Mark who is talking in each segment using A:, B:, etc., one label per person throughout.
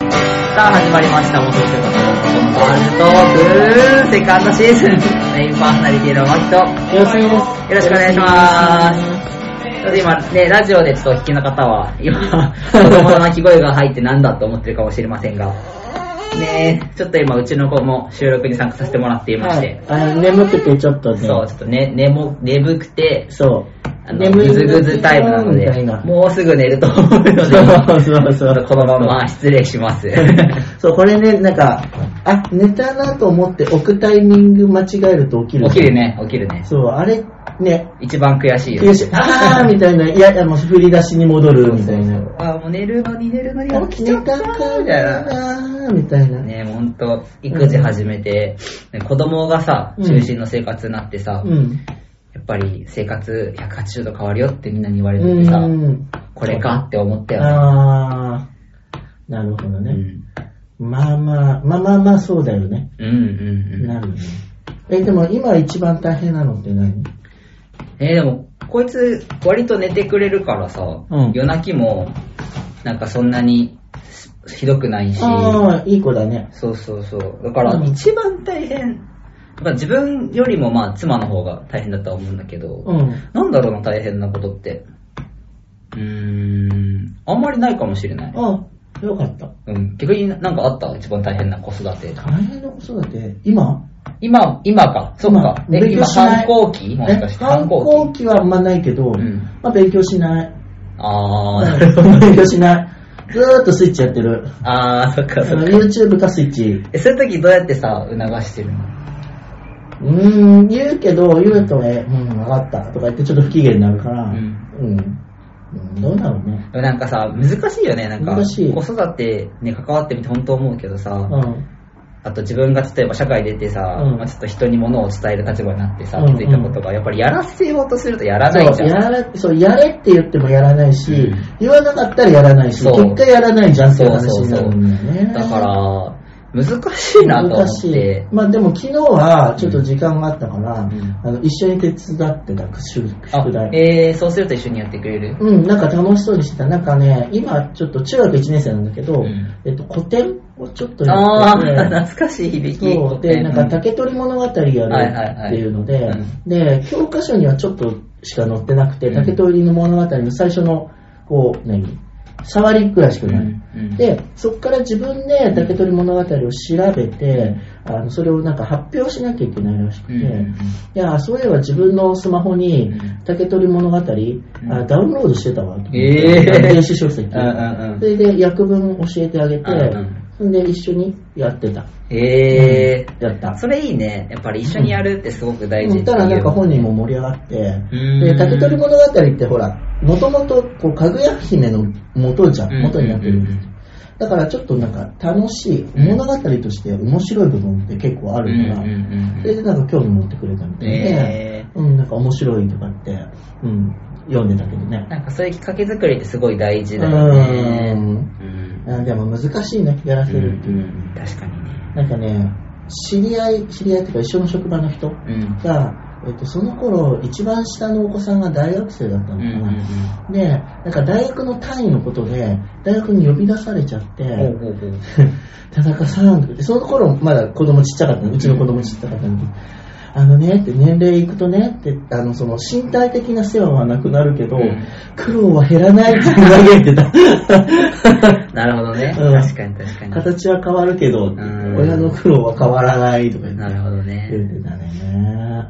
A: さあ始まりました、元瀬のワールドトーク、セカンドシーズン、メインパーソナリティのマキと、よ
B: よろしくお願いしま
A: ろしく
B: す
A: お願いします。今ね、ラジオでちょっとお聞きの方は、今、子供の泣き声が入ってなんだと思ってるかもしれませんが、ねえ、ちょっと今、うちの子も収録に参加させてもらっていまし
B: は
A: て
B: い、、あの眠くてちょっとね、
A: そう、ちょっとね、寝も、眠くて、
B: そう
A: あの、ぐずぐずタイムなの
B: みた
A: で
B: いな、
A: もうすぐ寝ると思うので、
B: そうそう
A: ち
B: そ
A: ょっ
B: う
A: とこのまま失礼し ます。
B: そう、これね、なんか、あ、寝たなと思って置くタイミング間違えると起きる。
A: 起きる。ね、起きるね。
B: そう、あれ、ね、
A: 一番悔しいよ。
B: よし、あーみたいな、いや、いやもう振り出しに戻るみたいな。
A: あ、もう寝るのに寝るのに起きちゃ
B: 寝
A: ったた
B: か
A: みたいな。
B: なみたいな。
A: ねほんと、育児始めて、ね子供がさ、
B: うん
A: 中心の生活になってさ、
B: うん。
A: やっぱり生活180度変わるよってみんなに言われててさ、
B: うん。
A: これかって思ったよね。
B: あー、なるほど
A: う
B: ね。
A: ん。
B: まあまあ、まあまあまあ、そうだよね。
A: うんうんうん。
B: なるね。え、でも今一番大変なのって何
A: えーでも、こいつ、割と寝てくれるからさ、
B: うん
A: 夜泣きも、なんかそんなにひどくないし、
B: ああ、いい子だね。
A: そうそうそう。だから
B: う、ん
A: 一番大変。やっぱ自分よりもまあ、妻の方が大変だとは思うんだけど、
B: うん。
A: なんだろうな、大変なことって。うーん、あんまりないかもしれない。
B: ああ、よかった。
A: うん、逆になんかあった一番大変な子育て。
B: 大変な子育て、今
A: 今、今か。そっか。
B: 今
A: え
B: 勉強
A: 今、
B: しない
A: 反抗期もしか
B: え
A: して
B: 反
A: 反
B: 抗
A: 抗期。
B: 期はあんまないけど、
A: うん
B: まあ勉強しない。
A: あー、なるほど。
B: 勉強しない。ずーっとスイッチやってる。
A: あー、そっかそっか。
B: YouTube かスイッチ。
A: え、そういう時どうやってさ、促してるの
B: うーん、言うけど、言うとね、うん、わかったとか言ってちょっと不機嫌になるから、
A: うん
B: うん。うんどうだろうね。
A: でもなんかさ、難しいよね、なんか。
B: 難しい
A: 子育てに関わってみて本当思うけどさ、
B: うん。
A: あと自分が例えば社会出てさ、
B: うん
A: まあちょっと人に物を伝える立場になってさ、
B: うんうん
A: 気づいたことが、やっぱりやらせようとするとやら
B: そ
A: な
B: う
A: いじゃん。
B: やらそうやれって言ってもやらないし、
A: うん
B: 言わなかったらやらないし、
A: そう
B: 結果やらないじゃんっていう
A: そう
B: 話
A: そう
B: にな
A: そ
B: る
A: う。
B: んだよね。
A: だから、難しいなと思
B: 難
A: っ
B: しい
A: て。。
B: まあでも昨日はちょっと時間があったから、
A: ん
B: あの一緒に手伝ってた宿
A: あ
B: 宿題、。
A: えー、そうすると一緒にやってくれる
B: うん、なんか楽しそうにしてた。なんかね、今ちょっと中学1年生なんだけど、
A: うん
B: えっと、古典をちょっとや
A: あ
B: ってて
A: ー、懐かしい響き。
B: そうで、なんか竹取物語やる
A: はいはいはい
B: っていうので
A: うん、
B: で、教科書にはちょっとしか載ってなくて、
A: うん
B: 竹取の物語の最初の、こう、何触りくらいしか
A: うん
B: ない。
A: うん
B: で、そこから自分で竹取物語を調べて、あのそれをなんか発表しなきゃいけないらしくて、
A: うんうんうん
B: いや、そういえば自分のスマホに
A: うん
B: 竹取物語、あダウンロードしてたわ。
A: えー
B: 電子書籍。
A: うんうんうん
B: それで訳文教えてあげて、
A: うんうん
B: そんで一緒にやってた。
A: えー、
B: やった。
A: それいいね。やっぱり一緒にやるってすごく大事
B: 言
A: っ
B: って
A: い
B: た
A: う
B: らなんか本人も盛り上がって、
A: うん
B: で、竹取物語ってほら、もともと、こう、かぐや姫の元じゃ
A: うん
B: ん、元になって
A: う
B: る
A: んうんうん。
B: だからちょっとなんか楽しい、
A: ん
B: 物語として面白い部分って結構あるから
A: うんうんうんうん、
B: それでなんか興味持ってくれたみたい
A: へ
B: で、うん、なんか面白いとかって、うん、読んでたけどね。
A: なんかそういうきっかけ作りってすごい大事だよね。
B: うん
A: うん
B: あでも難しいね、やらせるっていう。
A: 確かにね。
B: なんかね、知り合い、知り合いっていうか一緒の職場の人
A: うん。
B: が、えっと、その頃一番下のお子さんが大学生だったのかな、でなんか大学の単位のことで大学に呼び出されちゃって、
A: ほうほうほう。
B: 田中さんとかってその頃まだ子供ちっちゃかったのうちの子供ちっちゃかったのにあのねって年齢いくとねってあのその身体的な世話はなくなるけど、
A: うん
B: 苦労は減らないって嘆い てた
A: なるほどね。
B: うん
A: 確かに確かに。
B: 形は変わるけど、
A: ん
B: 親の苦労は変わらないとか言って
A: なるほどね。
B: 言ってたね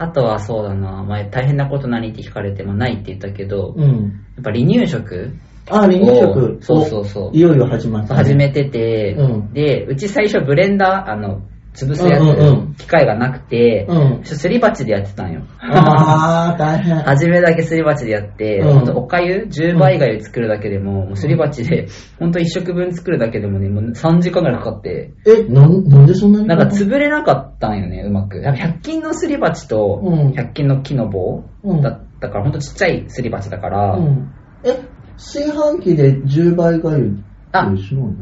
A: あとはそうだな、前大変なこと何って聞かれてもないって言ったけど、や
B: うん
A: っぱ離乳食
B: あ、離乳食
A: お。そうそうそう
B: おいよいよ始まった、
A: 始。めてて、
B: うん
A: で、うち最初ブレンダー、あの、潰すやつ、
B: うんうんうん
A: 機械がなくて、
B: うん
A: すり鉢でやってたんよ。
B: あー、大変。
A: 初めだけすり鉢でやって、
B: うん
A: ほんとおかゆ10倍がゆ作るだけでも、もうすり鉢で、ほんと1食分作るだけでもね、もう3時間ぐらいかかって、
B: え、なん、なんでそんなに
A: なんか潰れなかったんよね、うまく。なんか100均のすり鉢と
B: うん、
A: 100均の木の棒
B: うん
A: だったから、ほんとちっちゃいすり鉢だから、う、
B: うんん。え、炊飯器で10倍がゆ
A: あ
B: ってしようの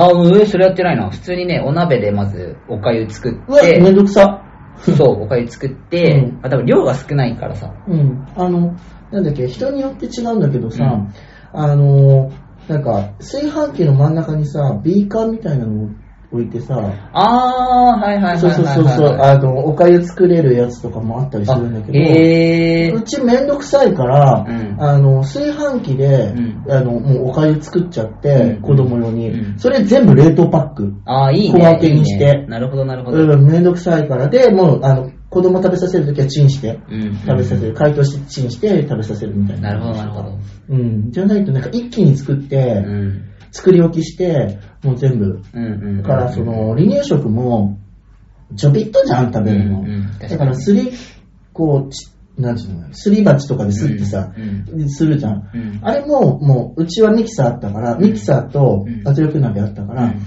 A: あ、うん、それやってないな。普通にね、お鍋でまずおかゆ作
B: う
A: っ
B: わ、め
A: て、
B: んどくさ。
A: そう、おかゆ作って、
B: うん
A: あ、多分量が少ないからさ。
B: うん。あの、なんだっけ、人によって違うんだけどさ、
A: うん
B: あの、なんか、炊飯器の真ん中にさ、ビーカーみたいなのを置いてさ、
A: あー、はいはいはいはいはい。
B: そうそうそうそう、あの、おかゆ作れるやつとかもあったりするんだけど、
A: へ
B: う
A: ー。
B: ちめんどくさいから、
A: うん
B: あの、炊飯器で、
A: うん
B: あの、もうおかゆ作っちゃって、
A: うん
B: 子供用に、
A: うん
B: それ全部冷凍パック。
A: あー、いいね。
B: 小分けにして
A: いいねなるほどなるほど。
B: うん、めんどくさいから。で、もう、あの、子供食べさせるときはチンして、
A: うん
B: 食べさせる。解凍してチンして食べさせるみたいな。
A: なるほどなるほど。
B: うん。じゃないと、なんか一気に作って、
A: うん。
B: 作り置きして、もう全部。
A: うんうん。
B: だから、そ、の、離乳食も、ちょびっとじゃん、食べるの。
A: うんうん
B: だから、すり、こう、ちなんていうの、すり鉢とかですってさ、
A: うん
B: するじゃん。
A: うん
B: あれも、もう、うちはミキサーあったから、ミキサーと
A: うん
B: 圧力鍋あったから、
A: うん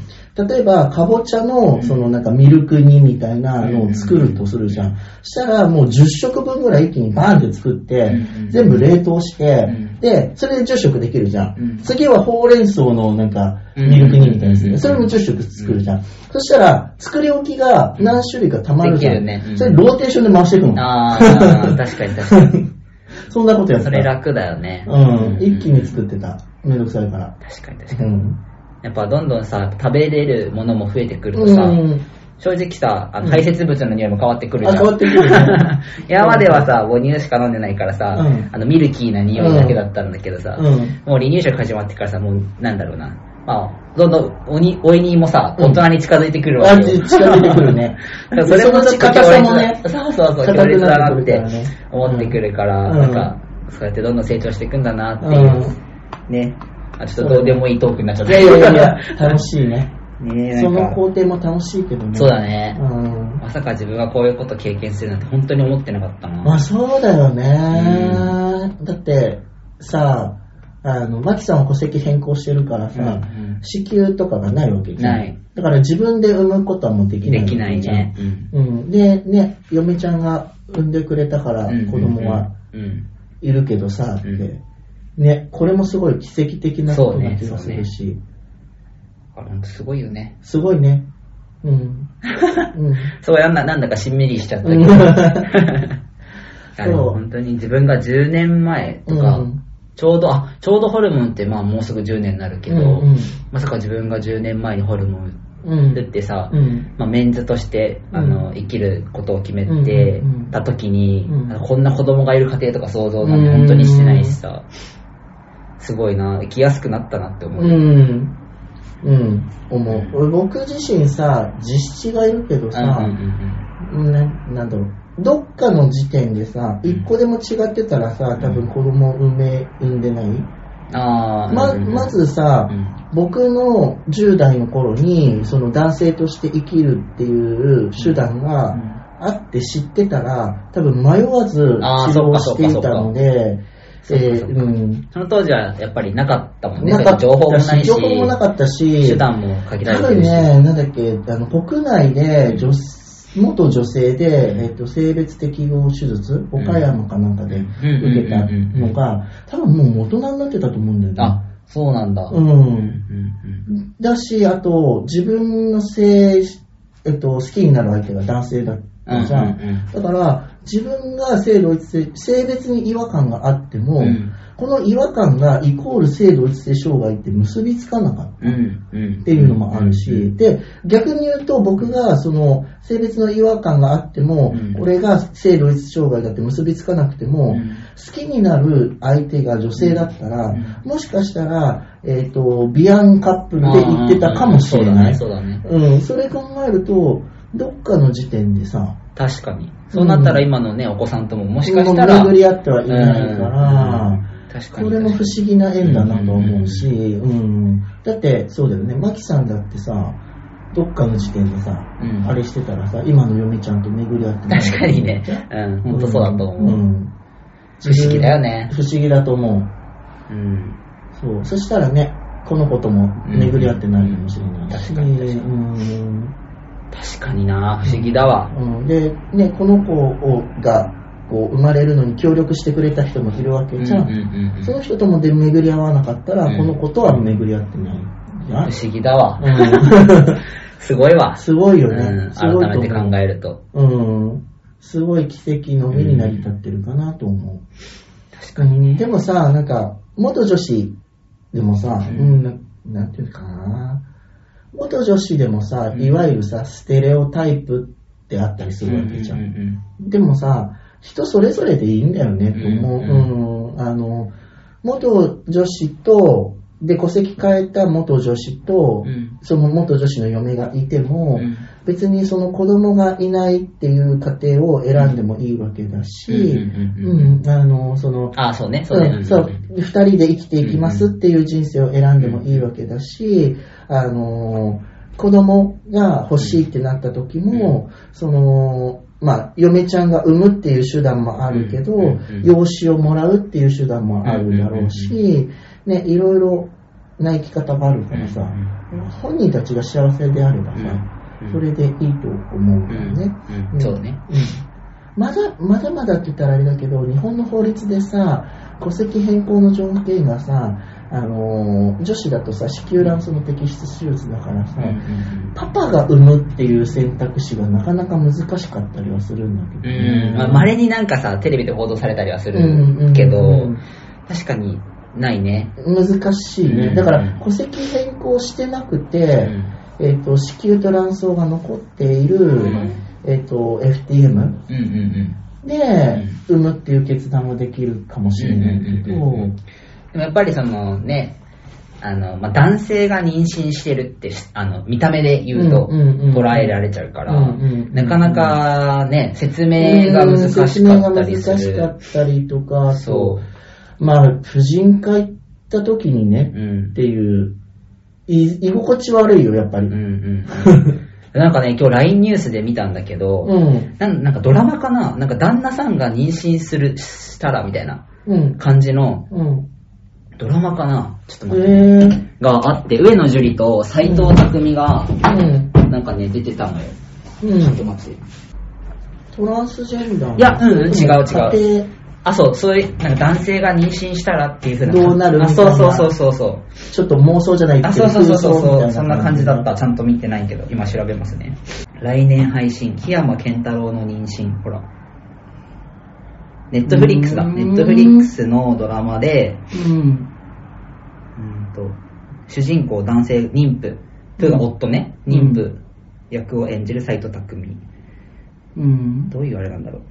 B: 例えば、かぼちゃ
A: う
B: の、
A: ん
B: そのなんかミルク煮みたいなのを作るとするじゃん。したら、もう10食分ぐらい一気にバーンって作って
A: う、ん
B: 全部冷凍して
A: うん、
B: で、それで10食できるじゃん
A: うん。
B: 次はほうれん草のなんか、ミルク煮みたいなやつ
A: うん
B: で、それも10食作るじゃん。そしたら、作り置きが何種類かたまるじゃ
A: できる
B: ん。
A: ねうん
B: それローテーションで回していくの。
A: あー、確かに確かに。
B: そんなことやって
A: そ
B: た
A: れ楽だよね。
B: うん、一気に作ってた。めんどくさいから。
A: 確かに確か
B: う
A: に。
B: ん。
A: やっぱどんどんさ、食べれるものも増えてくるとさ、
B: うん
A: 正直さ、あの排泄物の匂いも変わってくるじゃ
B: あ、
A: ん。
B: 変わってくるね。
A: 今まではさ、母乳しか飲んでないからさ、
B: うん
A: あのミルキーな匂いだけだったんだけどさ、
B: うん
A: もう離乳食始まってからさ、もうなんだろうな。まあ、どんどんおに、おいにもさ、
B: うん
A: 大人に近づいてくるわ
B: あ、
A: けよ。。
B: 近づいてくるね
A: だ からそれも
B: そのう
A: ちょ
B: ち
A: っと
B: 硬
A: 強
B: さ
A: 烈
B: も
A: だ
B: ね
A: ね。。そうそうそう、強
B: 硬く
A: 烈だ
B: な
A: な
B: っ
A: って
B: くる
A: て
B: からね
A: 思ってくるから、
B: うん
A: なんか、そうやってどんどん成長していくんだなっていう。ね。あ、ちょっとどうでもいいトークになっちゃっ
B: い
A: た。
B: やいやいやいや、楽しいね。
A: ねな
B: そ
A: ん
B: の
A: か
B: 工程も楽しいけどね。
A: そうだね
B: う。ん。
A: まさか自分がこういうこと経験するなんて本当に思ってなかったな。
B: まあそうだよね。だって、さ、あの、マキさんは戸籍変更してるから
A: うんう
B: さ
A: ん、
B: 子宮とかがないわけじゃん
A: ない。
B: だから自分で産むことはもうできない
A: で
B: わけ
A: き
B: じゃん。
A: ないね。うん
B: うん、で、ね、嫁ちゃんが産んでくれたから、
A: うん
B: 子供は。
A: うん。
B: いるけどさ、って
A: うん
B: ね、これもすごい奇跡的なことな気が
A: そう
B: す
A: ね
B: るし、
A: あれ、ほんとすごいよね。
B: すごいね。 うん。うん、
A: そうやんな、なんだかしんみりしちゃったけ
B: う
A: ど。
B: ん
A: あでも本当に自分が10年前とか、
B: うん
A: ちょうど、あ、ちょうどホルモンってまあもうすぐ10年になるけど、
B: うんうん
A: まさか自分が10年前にホルモン
B: うん
A: 打ってさ、
B: うん
A: まあ、メンズとしてあの、
B: うん
A: 生きることを決めて
B: うんうん
A: た時に、
B: うん
A: あのこんな子供がいる家庭とか想像なんて本当にしてないしさ、すごいな、生きやすくなったなって思う。
B: うん。うん、思う。俺僕自身さ、実子がいるけどさ、
A: うんうんうん
B: ななんだろう。どっかの時点でさ、一個でも違ってたらさ、多分子供産め、産んでない、
A: うんあー
B: ま、
A: うんうん
B: まずさ、
A: うん
B: 僕の10代の頃に、その男性として生きるっていう手段があって知ってたら、多分迷わず治
A: あーそっ
B: 療
A: かそ
B: し
A: ってかそ
B: い
A: っか
B: たので、え
A: っかそっか
B: ーうん、
A: その当時はやっぱりなかったもんね。
B: なかっ
A: 情報もな
B: た
A: いし、
B: し、情報もなかったし、
A: 手段も限ら
B: 多
A: れて
B: 分
A: るし。
B: ね、なんだっけ、あの国内で女元女性で、えっと性別適合手術、
A: うん
B: 岡山かなんかで受けたのが、多分もう大人になってたと思うんだよね。
A: あ、そうなんだ。
B: う
A: うん
B: ん。
A: うん
B: だし、あと、自分の性、えっと、好きになる相手が男性だったじゃん。
A: うんうんうん
B: だから、自分が性同一性、性別に違和感があっても、
A: うん
B: この違和感がイコール性同一性障害って結びつかなかった。
A: うんうん。
B: っていうのもあるし、で、逆に言うと僕がその性別の違和感があっても
A: うん、
B: 俺が性同一障害だって結びつかなくて
A: う
B: も
A: ん、
B: 好きになる相手が女性だったら
A: うん、
B: もしかしたら、えっと、ビアンカップルで行ってたかもしれない。
A: そうだね、そうだね。
B: うん、それ考えると、どっかの時点でさ、
A: 確かに。そうなったら今のね、お子さんとももしかしたら。
B: 巡り合ってはいないから
A: うん確か
B: こ
A: に。
B: れも不思議な縁だなと思うし、うん。だって、そうだよね、マキさんだってさ、どっかの時点でさ、
A: うん
B: あれしてたらさ、今の嫁ちゃんと巡り合ってない
A: 確かにね。うん、本当そうだと思う。
B: ん
A: 不思議だよね
B: 不思議だと思う。
A: うん。
B: そう。そしたらね、この子とも巡り合ってないかもしれないし。
A: うん確かに確
B: うん
A: 確かにな、不思議だわ。
B: うん、で、ね、この子をがこう生まれるのに協力してくれた人もいるわけじゃん。
A: うんうんうん
B: その人ともで巡り合わなかったら、
A: うん
B: この子とは巡り合ってないじゃん。
A: 不思議だわ。
B: うん
A: すごいわ。
B: すごいよ
A: う
B: ね
A: ん。
B: すごい
A: 改
B: と
A: めて考
B: 思う。
A: えると。
B: うん。すごい奇跡のみに成り立ってるかなと思う。
A: 確かにね。
B: でもさ、なんか、元女子でもさ、
A: う
B: うんん、ななんていうかな。元女子でもさ、
A: うん
B: いわゆるさ、ステレオタイプってあったりするわけじゃん。でもさ、人それぞれでいいんだよね、と思う。
A: う
B: うん、あの、元女子と、で、戸籍変えた元女子と、
A: うん
B: その元女子の嫁がいても、
A: うん
B: 別にその子供がいないっていう家庭を選んでもいいわけだし、
A: うんうんうん
B: うんあの、その、
A: あ、そうね、そうね。
B: うんそう、二人で生きていきますっていう人生を選んでもいいわけだし、あのー、子供が欲しいってなった時も、その、まあ、嫁ちゃんが産むっていう手段もあるけど、
A: うんうん
B: 養子をもらうっていう手段もあるだろうし、ね、いろいろな生き方があるからさ、本人たちが幸せであればさ、
A: うん
B: それでいいと思うんだよね。
A: うん
B: ん
A: そうね。
B: うんまだ、まだまだって言ったらあれだけど、日本の法律でさ、戸籍変更の条件がさ、あのー女子だとさ、子宮卵巣の摘出手術だからさ、パパが産むっていう選択肢がなかなか難しかったりはするんだけどね、
A: まあ、稀になんかさ、テレビで報道されたりはす
B: うんうんう
A: る
B: ん
A: けど、確かにないね。
B: 難しい
A: うん
B: ね。だから、戸籍変更してなくて、えっ、と、子宮と卵巣が残っている、
A: ん
B: えっ、と、FTM
A: うんうんうん。
B: で、産むっていう決断もできるかもしれないけど、
A: うんうんうんうんでもやっぱりそのね、あの、まあ、男性が妊娠してるって、あの、見た目で言うと
B: うんうんうん
A: 捉えられちゃうから、
B: うんうんうん
A: なかなかね、説明が難しかったりす
B: うん説明が
A: る
B: 難。しかったりとか、
A: そ
B: まあ、婦人科行った時に
A: う。
B: ね、
A: うん
B: っ。ていう、い居心地悪いよ、やっぱり。
A: うん
B: う。
A: うんん うん。なんかね、今日 LINE ニュースで見たんだけど、
B: うん。
A: なんなんかドラマかななんか旦那さんが妊娠する、したらみたいな
B: うん。
A: 感じの
B: うん。
A: ドラマかなちょっと
B: え
A: 待って、
B: ー、
A: があって、上野樹里と斎藤匠が、
B: うん。
A: なんかね、出てたのよ。
B: う
A: ちょっと
B: ん。
A: 待って。
B: トランスジェンダーの
A: いやうんうん違う違う
B: 家庭、
A: あ、そう、そういう、なんか男性が妊娠したらっていう風な。
B: どうなる
A: あ、
B: みた
A: そ
B: いうな
A: そうそうそうそう。
B: ちょっと妄想じゃない
A: あ、
B: け
A: そ
B: ど
A: うそうそうそう
B: 空想
A: そ。
B: みたいうな
A: そんな感じだった。ちゃんと見てないけど、今調べますね。来年配信、檜山健太郎の妊娠。ほら。ネットフリックスだ。
B: うーん
A: ネットフリックスのドラマで、
B: うん。
A: うんと、主人公男性妊婦、というのは夫ね、
B: うん
A: 妊婦役を演じる斎藤匠。
B: うん。
A: どういうあれなんだろう。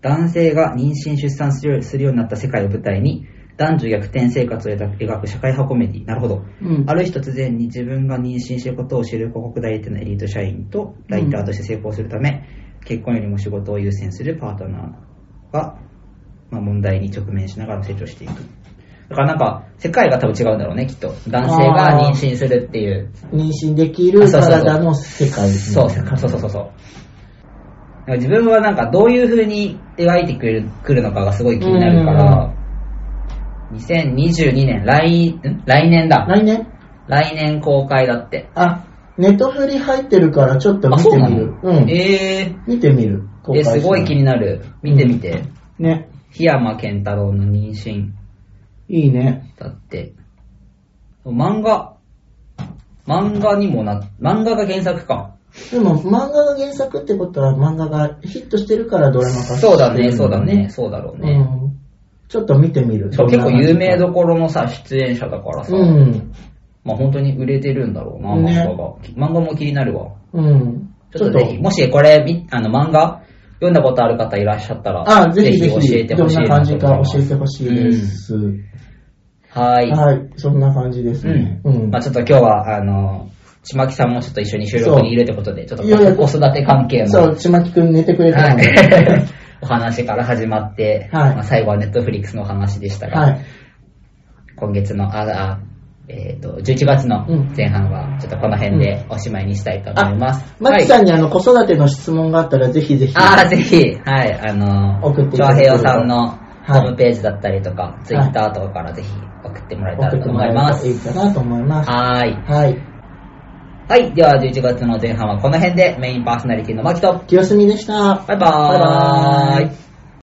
A: 男性が妊娠出産するようするようになった世界を舞台に、男女逆転生活を描く描く社会派コメディ。なるほど。
B: うん
A: ある日突然に自分が妊娠していることを知る広告代理店のエリート社員とライターとして成功するため、結婚よりも仕事を優先するパートナーが、まあ、問題に直面しながら成長していく。だからなんか、世界が多分違うんだろうね、きっと。男性が妊娠するっていう。
B: 妊娠できる体の世界です
A: そう、そうそうそうそう。だから自分はなんかどういう風に描いてくれるくるのかがすごい気になるから、2022年、来、ん来年だ。
B: 来年
A: 来年公開だって。
B: あ、ネットフリ入ってるからちょっと
A: あ、
B: 見
A: そう
B: て
A: な
B: みる
A: の。
B: うん。
A: え
B: 見てみる。
A: ー、え、すごい気になる。見てみて。
B: ね。
A: 檜山健太郎の妊娠
B: いいね。
A: だって。漫画。漫画にもな、漫画が原作か。
B: でも漫画が原作ってことは漫画がヒットしてるからドラマ化してる
A: そ
B: ん
A: うだね、そうだね、。そうだろう
B: う
A: ね。
B: ん。ちょっと見てみる。
A: しかも結構有名
B: だ
A: どころのさ、出演者だからさ、
B: うん。
A: まあ本当に売れてるんだろうな、漫
B: ね
A: 画が。漫画も気になるわ。
B: うん。
A: ちょっとぜひ、もしこれ、みあの漫画読んだことある方いらっしゃったら、
B: あ、ぜひぜ
A: 教え
B: ひ、
A: てほ
B: どん
A: しい
B: な
A: なと
B: 感じ
A: 思い
B: か
A: ます
B: 教えてほしいです。
A: はい。
B: はい、そんな感じですね。
A: うんまあちょっと今日は、あの、ちまきさんもちょっと一緒に収録にいるってことで、ちょっと
B: いやいや
A: 子育て関係
B: そ
A: の、
B: う、ちまきくん寝てくれたので。
A: はい、 お話から始まって、
B: はい
A: まあ最後はネットフリックスのお話でしたが、
B: はい。
A: 今月の、あ、あえっ、と、11月の
B: うん
A: 前半は、ちょっとこの辺でおしまいにしたいと思います。
B: マ
A: はい
B: キさんにあの子育ての質問があったらぜひぜひ。
A: ああ、ぜひ、はい、あの
B: 送っていた
A: 長
B: だけれ
A: 平洋
B: ば
A: さんのホ
B: はい
A: ームページだったりとか、ツイッターとかからぜひ送ってもらえたらと思いま
B: 送って
A: す。
B: もらえたらいいかなと思います。
A: はーい。
B: はい。
A: はい、では11月の前半はこの辺でメインパーソナリティのマキと、
B: 清澄でした。
A: バイバーイ。
B: バイバーイ